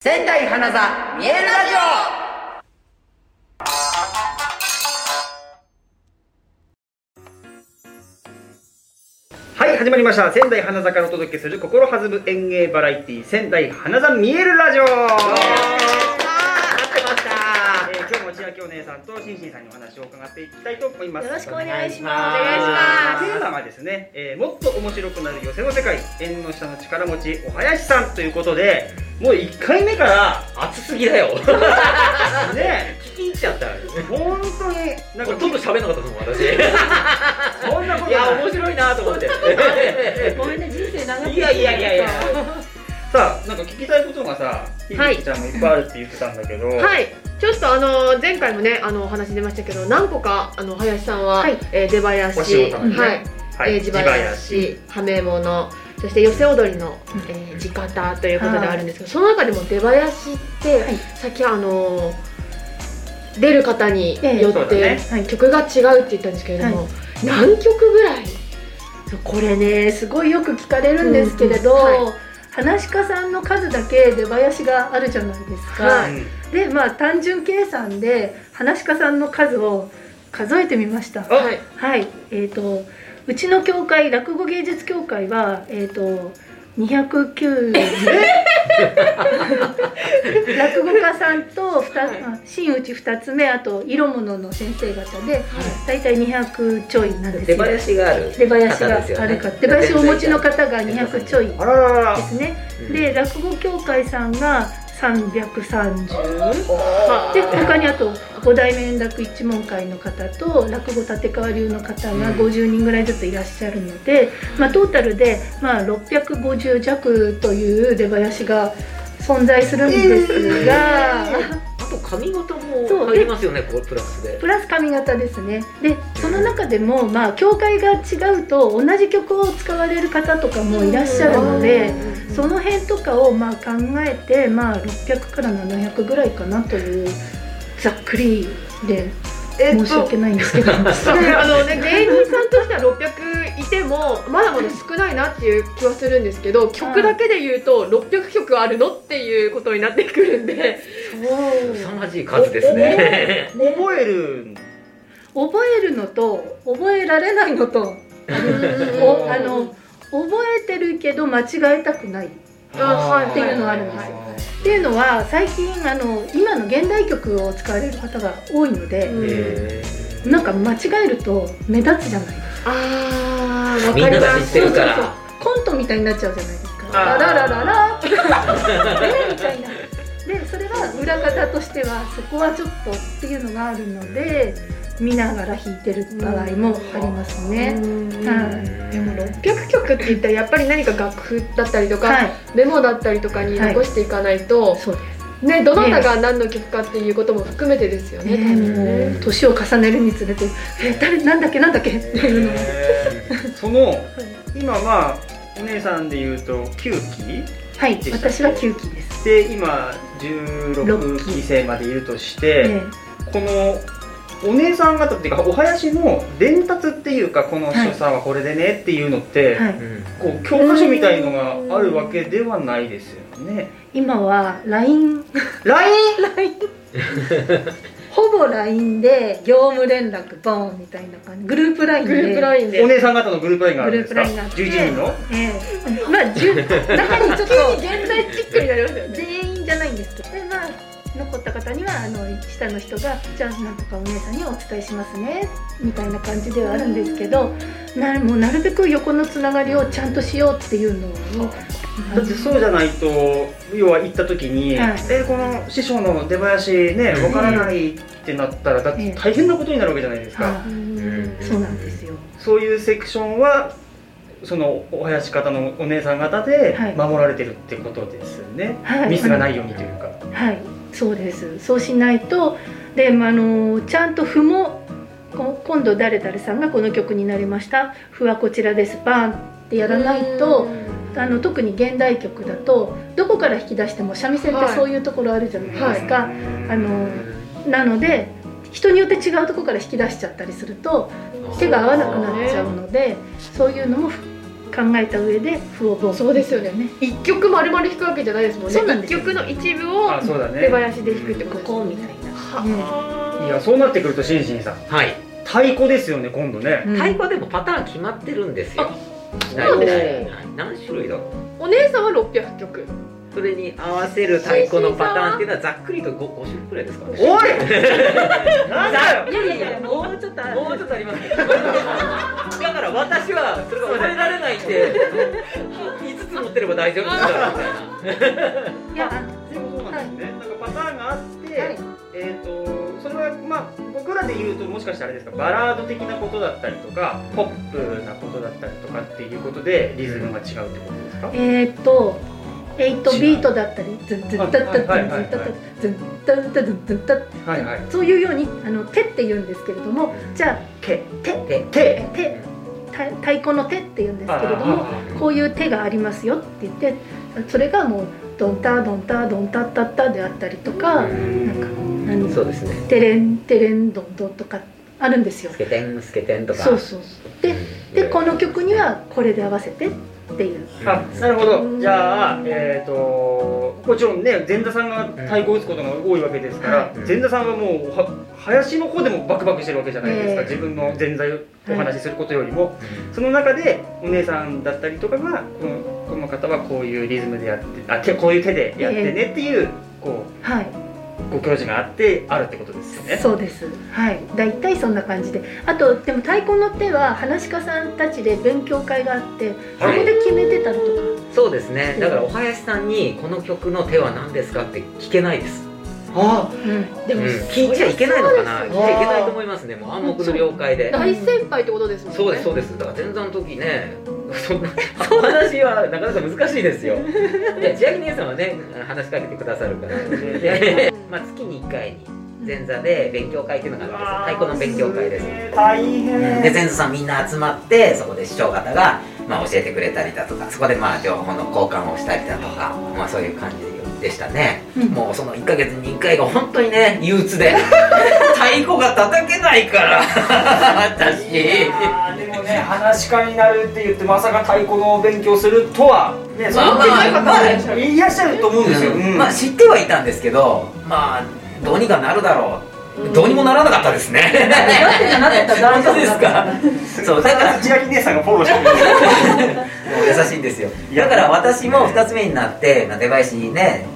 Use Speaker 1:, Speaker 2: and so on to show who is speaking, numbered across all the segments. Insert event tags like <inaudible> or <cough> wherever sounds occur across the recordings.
Speaker 1: 仙台花座見えラジオはい始まりました仙台花座からお届けする心弾む演芸バラエティ仙台花座見えるラジオえー今日も千秋お姉さんとしんしんさんにお話を伺っていきたいと思います
Speaker 2: よろしくお願いし
Speaker 1: お
Speaker 2: ます。
Speaker 1: 願いしますテーマ
Speaker 2: ま
Speaker 1: がですね、えーもっと面白くなる寄せの世界縁の下の力持ちお囃子さんということでもう1回目から
Speaker 3: 熱すぎだよ
Speaker 1: ね
Speaker 3: 聞き入っちゃった
Speaker 1: 本当になん
Speaker 3: ほ
Speaker 1: か
Speaker 3: とんど喋んなかったと思う私い
Speaker 1: そんなこと
Speaker 3: や
Speaker 1: ない
Speaker 3: 面白いなと思って
Speaker 2: す。ごめんね、人生長くて
Speaker 3: いやいやいやいや
Speaker 1: さあなんか聞きたいことがさひ
Speaker 4: はい
Speaker 1: びきちゃんもいっぱいあるって言ってたんだけど、
Speaker 4: はい、ちょっとあの前回もねあのお話出ましたけど何個かあの林さんは、えー出囃子
Speaker 1: お仕事のね
Speaker 4: はい
Speaker 1: はい
Speaker 4: えー
Speaker 1: 地
Speaker 4: 地囃
Speaker 1: 囃
Speaker 4: 子はめ物そして寄せ踊りの、えー、地方ということであるんですけど、その中でも出囃子って、
Speaker 2: はい
Speaker 4: さっきあのー出る方に
Speaker 2: ええ
Speaker 4: よ
Speaker 1: そう
Speaker 4: っ
Speaker 1: だ
Speaker 4: て
Speaker 1: ね
Speaker 2: はい
Speaker 4: 曲が違うって言ったんですけれども、何曲ぐらい
Speaker 2: これね、すごいよく聞かれるんですけれど、
Speaker 4: うんうんは
Speaker 2: 話し家さんの数だけ出囃子があるじゃないですか。
Speaker 4: は
Speaker 1: うん
Speaker 2: で、まあ単純計算で話し家さんの数を数えてみました。
Speaker 1: あ
Speaker 4: はい
Speaker 2: はい、えっ、とうちの協会落語芸術協会はえっ、と209
Speaker 4: <laughs>
Speaker 2: 落語家さんと二つ
Speaker 4: はい
Speaker 2: あ真打ち2つ目あと色物の先生方で大体200ちょいなんです
Speaker 3: 出
Speaker 2: よ
Speaker 3: 囃子がある
Speaker 2: 出囃子
Speaker 3: 方ですよね
Speaker 2: があるか出囃子をお持ちの方が200ちょいで
Speaker 1: あらららら
Speaker 2: すね
Speaker 3: うん
Speaker 2: で落語協会さんが330
Speaker 4: は
Speaker 2: で他にあと五代目円楽一門会の方と落語立川流の方が50人ぐらいずついらっしゃるので、まあ、トータルでまあ650弱という出囃子が存在するんですが、
Speaker 3: あと髪型
Speaker 2: そ
Speaker 3: も
Speaker 2: う
Speaker 3: 入りますよねこうプラスで
Speaker 2: プラス髪型ですねでその中でもまあ教会が違うと同じ曲を使われる方とかもいらっしゃるので。その辺とかをまあ考えて、まあ、600から700ぐらいかなというざっくりで
Speaker 1: えっ
Speaker 2: 申し
Speaker 1: と
Speaker 2: 訳ないんですけど
Speaker 4: あのね、芸人さんとしては600いてもまだまだ少ないなっていう気はするんですけど曲だけで言うと600曲あるのっていうことになってくるんで
Speaker 3: 凄まじい数ですね
Speaker 1: 覚える <laughs> ん
Speaker 2: 覚えるのと覚えられないのと
Speaker 1: うん
Speaker 2: おあの覚えてるけど間違えたくないっ
Speaker 4: あはい
Speaker 2: っていうのはあるんですよていうのは最近あの今の現代曲を使われる方が多いので、
Speaker 3: へー
Speaker 2: なんか間違えると目立つじゃない
Speaker 4: あーわ
Speaker 3: みん
Speaker 4: か
Speaker 3: な
Speaker 4: り
Speaker 3: が
Speaker 4: ま
Speaker 3: 知っ
Speaker 4: す
Speaker 3: てるから
Speaker 2: そうそうコントみたいになっちゃうじゃないですか
Speaker 1: あー
Speaker 2: ラララララえみたいなでそれが裏方としてはそこはちょっとっていうのがあるので見ながら弾いてる場合もありますね、は
Speaker 4: でも600曲って言ったらやっぱり何か楽譜だったりとか、
Speaker 2: はい
Speaker 4: メモだったりとかに残していかないと、
Speaker 2: そうです
Speaker 4: ねどなたが何の曲かっていうことも含めてですよね多分
Speaker 2: ね、もう年を重ねるにつれて「え誰なんだっけなんだっけ?」っていうのを
Speaker 1: その今はお姉さんで言うと9期
Speaker 2: はい私は9期です、
Speaker 1: で今16期生までいるとして、
Speaker 2: え
Speaker 1: このお姉さん方っていうかお囃子の伝達っていうかこの所作はこれでねっていうのって、
Speaker 2: えはい、
Speaker 3: う
Speaker 1: こ
Speaker 3: ん
Speaker 1: う教科書みたいのがあるわけではないですよね。
Speaker 2: 今は LINE
Speaker 1: ライン
Speaker 2: ほぼ LINE で業務連絡ボンみたいな感じグループ LINE
Speaker 4: グ
Speaker 2: で
Speaker 4: ループラインで
Speaker 1: お姉さん方のグループラインがあるんですか
Speaker 2: グループラインがあって
Speaker 1: 11人の
Speaker 2: ええまあ10中にちょっと
Speaker 4: 現代チックになりますよね
Speaker 2: 全員じゃないんですけどでまあ残った方にはあの下の人が「じゃあなんとかお姉さんにお伝えしますね」みたいな感じではあるんですけどなもうなるべく横のつながりをちゃんとしようっていうのを
Speaker 1: だってそうじゃないと要は行った時に、
Speaker 2: はい
Speaker 1: えこの師匠の出囃子ねわからないってなったらだって大変なことになるわけじゃないですか。
Speaker 2: は
Speaker 3: うん
Speaker 2: いそうなんですよ
Speaker 1: そういうセクションはそのお囃子方のお姉さん方で
Speaker 2: はい
Speaker 1: 守られてるってことですよね、
Speaker 2: はい
Speaker 1: ミスがないようにというか、
Speaker 2: はいそうですそうしないとで、まあ、あのちゃんと譜もこ今度誰々さんがこの曲になりました譜はこちらですバーンってやらないとあの特に現代曲だとどこから引き出しても三味線って
Speaker 4: はい
Speaker 2: そういうところあるじゃないですか、あ
Speaker 3: う
Speaker 2: の
Speaker 3: ん
Speaker 2: なので人によって違うところから引き出しちゃったりすると手が合わなくなっちゃうのでそういうのもふ考えた上で不を
Speaker 4: そうですよね一曲丸々弾くわけじゃないですもんね
Speaker 2: そうなんで
Speaker 4: 一
Speaker 2: すよ
Speaker 4: 曲の一部を
Speaker 1: あそうだ
Speaker 4: 手
Speaker 1: ね
Speaker 4: 林で弾くってこと
Speaker 5: こ
Speaker 4: です
Speaker 5: こ
Speaker 4: よね
Speaker 5: みたいな
Speaker 1: い
Speaker 4: は
Speaker 1: やそうなってくるとしんしんさん
Speaker 3: はい
Speaker 1: 太鼓ですよね今度ね
Speaker 3: 太鼓でもパターン決まってるんですよ
Speaker 4: そう
Speaker 3: 大
Speaker 4: なん
Speaker 3: 体
Speaker 4: です
Speaker 1: ね
Speaker 3: はい何種類だろう
Speaker 4: あお姉さんは600曲
Speaker 3: それに合わせる太鼓のパターンっていうのはざっくりと 5, 5種類くらいです
Speaker 2: <laughs>
Speaker 3: かね
Speaker 1: おいなんだよ
Speaker 5: いやいやいやもうちょっとある
Speaker 3: もうちょっとありますねだから私はそれが覚えられないんで5つ持ってれば大丈夫だみたいない
Speaker 2: や
Speaker 1: でもそうなんですね、なんかパターンがあって、
Speaker 5: はい
Speaker 1: えっ、とそれはまあ僕らで言うともしかしたらあれですかバラード的なことだったりとかポップなことだったりとかっていうことでリズムが違うってことですか、
Speaker 2: えーっと8ビートだったりズンズンタッタッ
Speaker 1: は
Speaker 2: タ
Speaker 1: いはいはい
Speaker 2: ッタッズンタッタッズンタッタッ
Speaker 1: はいはい
Speaker 2: そういうようにあの手って言うんですけれどもじゃあ
Speaker 1: 手
Speaker 2: 手
Speaker 3: 手
Speaker 1: 手
Speaker 2: 手た太鼓の手って言うんですけれどもこういう手がありますよって言ってそれがもうドンタドンタドンタッタッタであったりとかなんか何
Speaker 3: そうですね
Speaker 2: テレンテレンドンドンとかあるんですよ
Speaker 3: スケテンスケテンとか
Speaker 2: そうそうそうででこの曲にはこれで合わせてっていう
Speaker 1: あなるほどじゃあえっ、ともちろんね前座さんが太鼓を打つことが多いわけですから、
Speaker 3: うん
Speaker 1: 前座さんはもうは林の方でもバクバクしてるわけじゃないですか、
Speaker 2: ええ
Speaker 1: 自分の前座をお話しすることよりも、その中でお姉さんだったりとかがこのこの方はこういうリズムでやってあ手こういう手でやってねっていう、こ
Speaker 2: はい。
Speaker 1: うご教示があってあるってことですよね。
Speaker 2: そうです。はい、だいたいそんな感じで、あとでも太鼓の手は話し家さんたちで勉強会があって、そこ
Speaker 3: はい
Speaker 2: で決めてたりと
Speaker 3: そうですねだからお囃子さんにこの曲の手は何ですかって聞けないです
Speaker 1: あ
Speaker 2: か、うん、
Speaker 4: で
Speaker 3: うん
Speaker 4: も
Speaker 3: 聞いちゃいけないのかな
Speaker 4: そ
Speaker 3: 聞いち
Speaker 4: りゃそうですよ
Speaker 3: ゃいけないと思いますねもう暗黙の了解で
Speaker 4: 大先輩ってことですもんね
Speaker 3: そうですそうですだから前座の時ね <laughs> そんなお話はなかなか難しいです <laughs> よいや千秋姉さんはね話しかけてくださる <laughs> から
Speaker 1: で
Speaker 3: まあ月に1回に前座で勉強会っていうのがあるんですよ太鼓の勉強会です
Speaker 1: 大
Speaker 3: で
Speaker 1: 変
Speaker 3: 前座さんみんな集まってそこで師匠方が、まあ、教えてくれたりだとかそこでまあ情報の交換をしたりだとか、まあ、そういう感じでしたね、
Speaker 2: うん
Speaker 3: もうその1ヶ月に1回が本当にね憂鬱 <laughs> で太鼓が叩けないから <laughs> 私
Speaker 1: あーでもね話し家になるって言ってまさか太鼓の勉強するとはねそ
Speaker 3: まあ
Speaker 1: の
Speaker 3: まあまあ
Speaker 1: 方もいらっしゃると思うんですよ。うん
Speaker 3: まあ知ってはいたんですけどまあどうにかなるだろうどうにもならなかったですね
Speaker 5: なってじゃなかったら大丈夫だった
Speaker 3: 本当ですかそうだから
Speaker 1: 千秋姉さんがフォローしてくれる。
Speaker 3: もう優しいんですよ
Speaker 1: いや
Speaker 3: だから私も2つ目になってまあ出囃子ね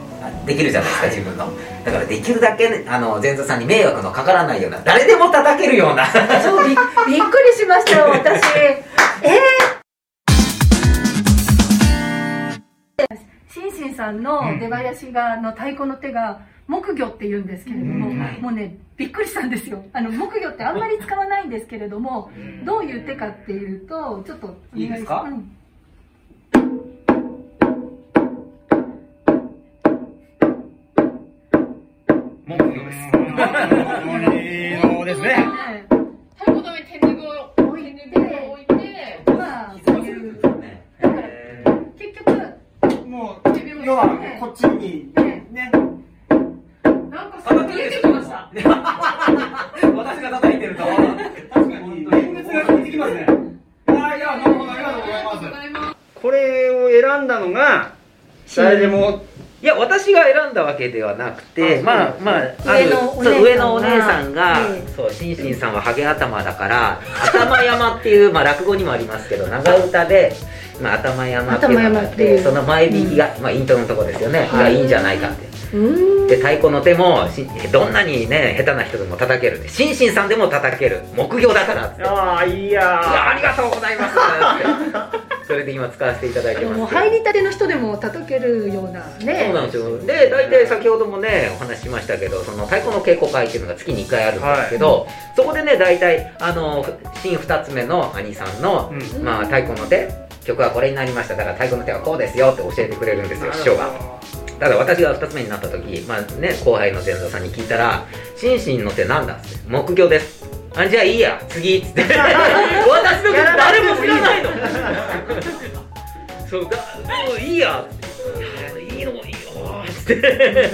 Speaker 3: できるじゃないですか自分のだからできるだけねあの前座さんに迷惑のかからないような誰でも叩けるような
Speaker 5: <laughs> そうびっびっくりしましたよ私
Speaker 2: しんしんさんの出囃子が、あの太鼓の手が木魚って言うんですけれども、
Speaker 1: うん
Speaker 2: もうねびっくりしたんですよあの木魚ってあんまり使わないんですけれども、どういう手かっていうとちょっとお願
Speaker 1: いいですか
Speaker 2: うん
Speaker 1: もうです。もうですね。
Speaker 2: はい
Speaker 4: 太鼓の上に手ぬぐいを
Speaker 2: 置いて
Speaker 4: 手を置いて
Speaker 2: まあそういう結局
Speaker 1: もう要はこっちにね。
Speaker 4: なんかすごい出てきました
Speaker 3: <laughs> 私が叩いてると
Speaker 1: 確かに念仏が出てきますね。あいやなるほどありがとうございます。これを選んだのが誰でも
Speaker 3: いや私が選んだわけではなくて
Speaker 1: あ
Speaker 3: まあ
Speaker 1: そう
Speaker 3: まあ
Speaker 2: 上の
Speaker 3: あ
Speaker 2: お
Speaker 3: る
Speaker 2: 姉さんが
Speaker 3: そう上のお姉さんがそ
Speaker 2: え
Speaker 3: うしんしんさんはハゲ頭だから頭山っていうまあ落語にもありますけど長唄で、まあ、頭山っていうのがあっ
Speaker 2: 頭山ってい
Speaker 3: て
Speaker 2: う
Speaker 3: その前引きが、まあ、イントロのとこですよね、
Speaker 2: はい
Speaker 3: がいいんじゃないかって
Speaker 2: うん
Speaker 3: で太鼓の手もしどんなにね下手な人でも叩けるねしんしんさんでも叩ける目標だからっつっていや
Speaker 1: ああいいや
Speaker 3: ありがとうございますってそれで今使わせていただいてます
Speaker 2: もう
Speaker 3: けど
Speaker 2: 入りたての人でも叩けるような
Speaker 3: そう
Speaker 2: ね
Speaker 3: なんですよで大体先ほどもねお話ししましたけどその太鼓の稽古会っていうのが月に1回あるんですけど、そこでね大体あの新2つ目の兄さんの、
Speaker 1: うん
Speaker 3: まあ、太鼓の手曲はこれになりましただから太鼓の手はこうですよって教えてくれるんですよ師匠が。ただ私が2つ目になった時、まあね、後輩の前座さんに聞いたら「シンシンの手なんだ?」っつって「木魚です」あじゃあいいや次
Speaker 1: <laughs>
Speaker 3: っつって私のこと誰も知らないのそうだもういいやっつっていやいいのいいよっつって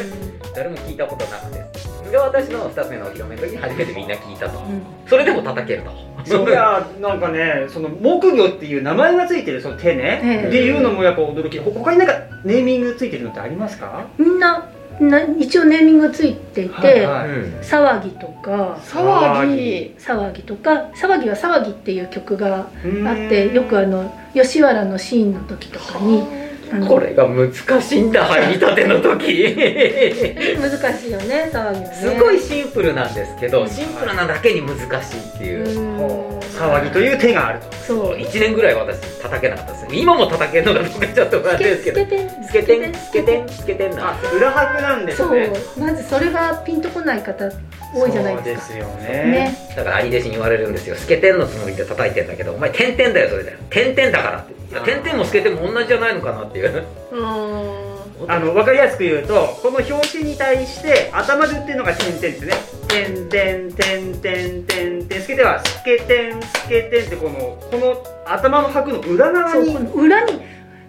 Speaker 3: 誰も聞いたことなくてで私の2つ目のお披露目の時に初めてみんな聞いたと、それでも叩けると
Speaker 1: そういやなんかねその木魚っていう名前がついてるその手ね、
Speaker 2: ええ
Speaker 1: っていうのもやっぱ驚きほ他になんかネーミングついてるのってありますか
Speaker 2: みんなな一応ネーミングがついていて、
Speaker 1: はいはい
Speaker 3: うん
Speaker 2: 騒ぎとか
Speaker 4: 騒ぎ
Speaker 2: 騒ぎとか騒ぎは騒ぎっていう曲が
Speaker 1: うーん
Speaker 2: あってよくあの吉原のシーンの時とかにあ
Speaker 3: <laughs>
Speaker 2: の
Speaker 3: これが難しいんだ入りたての時
Speaker 5: 難しいよね騒ぎはね
Speaker 3: すごいシンプルなんですけどシンプルなだけに難しいっていう
Speaker 1: こう騒ぎという手があると
Speaker 2: そう
Speaker 3: 1年ぐらい私叩けなかったです今も叩けるのがどうかちょっと不安ですけど
Speaker 2: てん
Speaker 3: つけてんつけてんつけてん
Speaker 1: あ
Speaker 3: な
Speaker 1: 裏拍なんです
Speaker 2: そう
Speaker 1: ね
Speaker 2: まずそれがピンとこない方多いじゃないですか
Speaker 1: そうですよ
Speaker 2: ね
Speaker 1: ね
Speaker 3: だから兄弟子に言われるんですよつけてんのつもりで叩いてんだけどお前点々だよそれだよ点々だからっていや点々もつけても同じじゃないのかなっていう
Speaker 1: あの分かりやすく言うとこの表紙に対して頭で打ってるのが点々ですね点々点々点々点つけてはスケ点スケ点ってこのこの頭の拍の裏側
Speaker 2: そう
Speaker 1: に
Speaker 2: この裏に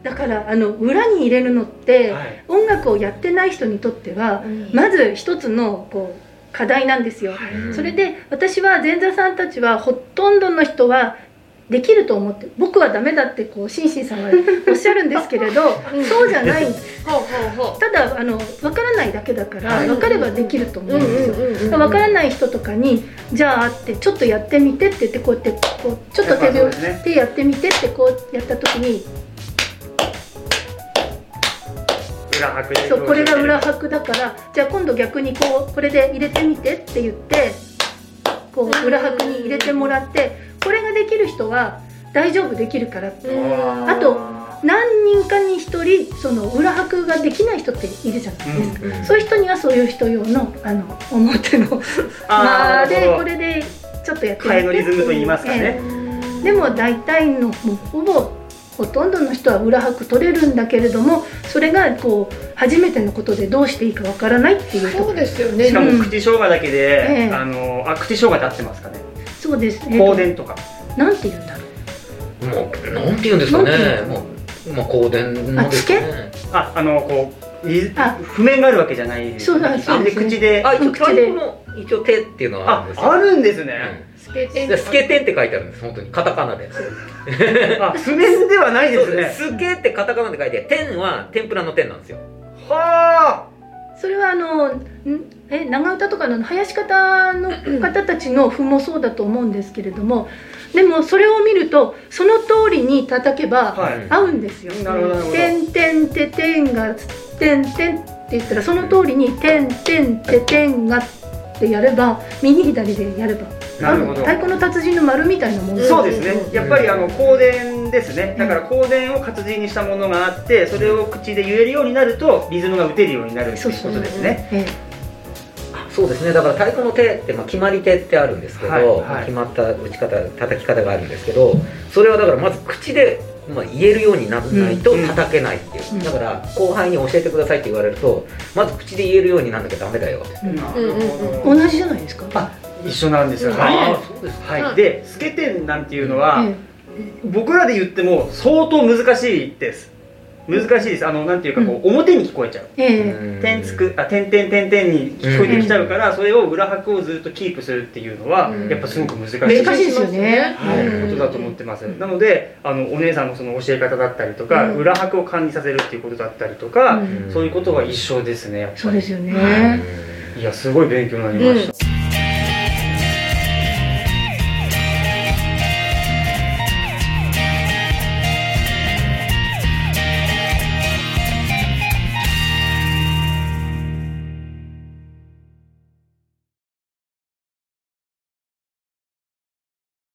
Speaker 2: だからあの裏に入れるのって、
Speaker 1: はい
Speaker 2: 音楽をやってない人にとってはまず一つのこう課題なんですよ、
Speaker 3: うん
Speaker 2: それで私は前座さんたちはほとんどの人はできると思って僕はダメだってこうシンシンさんはおっしゃるんですけれどそうじゃない
Speaker 4: ほうほうほ
Speaker 2: ただあの分からないだけだから
Speaker 4: はい
Speaker 2: 分かればできると
Speaker 4: う
Speaker 2: 思
Speaker 4: う
Speaker 2: うん
Speaker 4: ん
Speaker 2: ですよ、
Speaker 4: うんうん
Speaker 2: 分からない人とかに「じゃあ」って「ちょっとやってみて」って言ってこうやってこうちょっと手
Speaker 1: やっ
Speaker 2: 拍
Speaker 1: ぱそうですね
Speaker 2: 子でやってみてってこうやった時に
Speaker 1: 裏拍で
Speaker 2: そうこれが裏拍だからじゃあ今度逆にこうこれで入れてみてって言ってこう裏拍に入れてもらってこれができる人は大丈夫できるからって
Speaker 4: うん
Speaker 2: あと何人かに1人その裏拍ができない人っているじゃないですか、
Speaker 3: うん
Speaker 2: そういう人にはそういう人用のあの表のま <laughs>
Speaker 1: あ
Speaker 2: あ
Speaker 1: ーな
Speaker 2: で
Speaker 1: るほ
Speaker 2: こ
Speaker 1: ど
Speaker 2: れでちょっとやってみて
Speaker 1: 替えのリズムと言いますかね、
Speaker 2: ええでも大体のもうほぼほとんどの人は裏拍取れるんだけれどもそれがこう初めてのことでどうしていいかわからないっていうと
Speaker 4: そうですよね
Speaker 1: しか
Speaker 2: うん
Speaker 1: も口生姜だけで、
Speaker 2: ええ
Speaker 1: あのあ口生姜って合ってますかね
Speaker 2: そうですね、
Speaker 1: 香典とか
Speaker 2: なんて言うんだろ
Speaker 3: もうなんて言うんですか
Speaker 2: なんて
Speaker 3: ね
Speaker 2: 言うの
Speaker 3: もうもう香典のですね
Speaker 1: ああのこうリズ
Speaker 2: あ
Speaker 1: 譜面があるわけじゃない
Speaker 2: そうなんです
Speaker 1: あで
Speaker 2: そうですね
Speaker 1: 口であ
Speaker 3: あ一応
Speaker 2: 口で
Speaker 3: 太鼓の一応手っていうのはあるんですよ
Speaker 1: あるんですね、
Speaker 4: スケテン
Speaker 3: でスケテンって書いてあるんです本当にカタカナで
Speaker 1: あ譜面ではないで
Speaker 3: そう
Speaker 1: す
Speaker 3: で
Speaker 1: ね
Speaker 3: すスケってカタカナで書いて天は天ぷらの天なんですよ
Speaker 1: は
Speaker 2: うそれはあのんえ長唄とかの囃子方の方たちの譜もそうだと思うんですけれどもでもそれを見るとその通りに叩け
Speaker 1: あ
Speaker 2: ば
Speaker 1: はい、
Speaker 3: うん
Speaker 2: 合うんですよ。
Speaker 1: なるほどなるほど
Speaker 2: てんてんててんがてんてんって言ったらその通りにてんてんててんがってやれば右左でやれば
Speaker 1: なるほど
Speaker 2: あの太鼓の達人の丸みたいなもん
Speaker 4: うん
Speaker 1: そうですね、
Speaker 4: うん
Speaker 1: やっぱりあの香典ですね、だから香典を活字にしたものがあって、それを口で言えるようになると、リズムが打てるようになるっていうことですね。
Speaker 2: え
Speaker 3: そうですねだから太鼓の手って、まあ、決まり手ってあるんですけど、
Speaker 1: はいはい
Speaker 3: まあ決まった打ち方叩き方があるんですけどそれはだからまず口で、まあ、言えるようにならないと
Speaker 1: うん
Speaker 3: 叩けないっていう、
Speaker 2: うん
Speaker 3: だから後輩に教えてくださいって言われるとまず口で言えるようにならなきゃダメだよ
Speaker 2: えうん
Speaker 1: な
Speaker 4: うんうん
Speaker 1: るほ
Speaker 2: 同
Speaker 1: ど
Speaker 2: じじゃないですか。
Speaker 1: あ一緒なんですよ、
Speaker 4: うん
Speaker 1: はい
Speaker 3: あそうです
Speaker 1: は
Speaker 4: う
Speaker 1: い、
Speaker 4: ん
Speaker 1: で、スケテンなんていうのは、
Speaker 2: ええ
Speaker 1: 僕らで言っても相当難しいです難しいですあのなんていうかこう、表に聞こえちゃう
Speaker 2: ええ
Speaker 1: 点つくあ点点点点に聞こえてきちゃうから、それを裏拍をずっとキープするっていうのは、
Speaker 3: うん
Speaker 1: やっぱすごく難しい
Speaker 2: 難しいですよね
Speaker 1: はい
Speaker 3: うん
Speaker 1: ことだと思ってます、なのであのお姉さんのその教え方だったりとか、
Speaker 2: うん
Speaker 1: 裏拍を感じさせるっていうことだったりとか、
Speaker 2: うん
Speaker 1: そういうことは一緒ですねやっぱり
Speaker 2: そうですよね、
Speaker 3: ね
Speaker 1: いやすごい勉強になりました、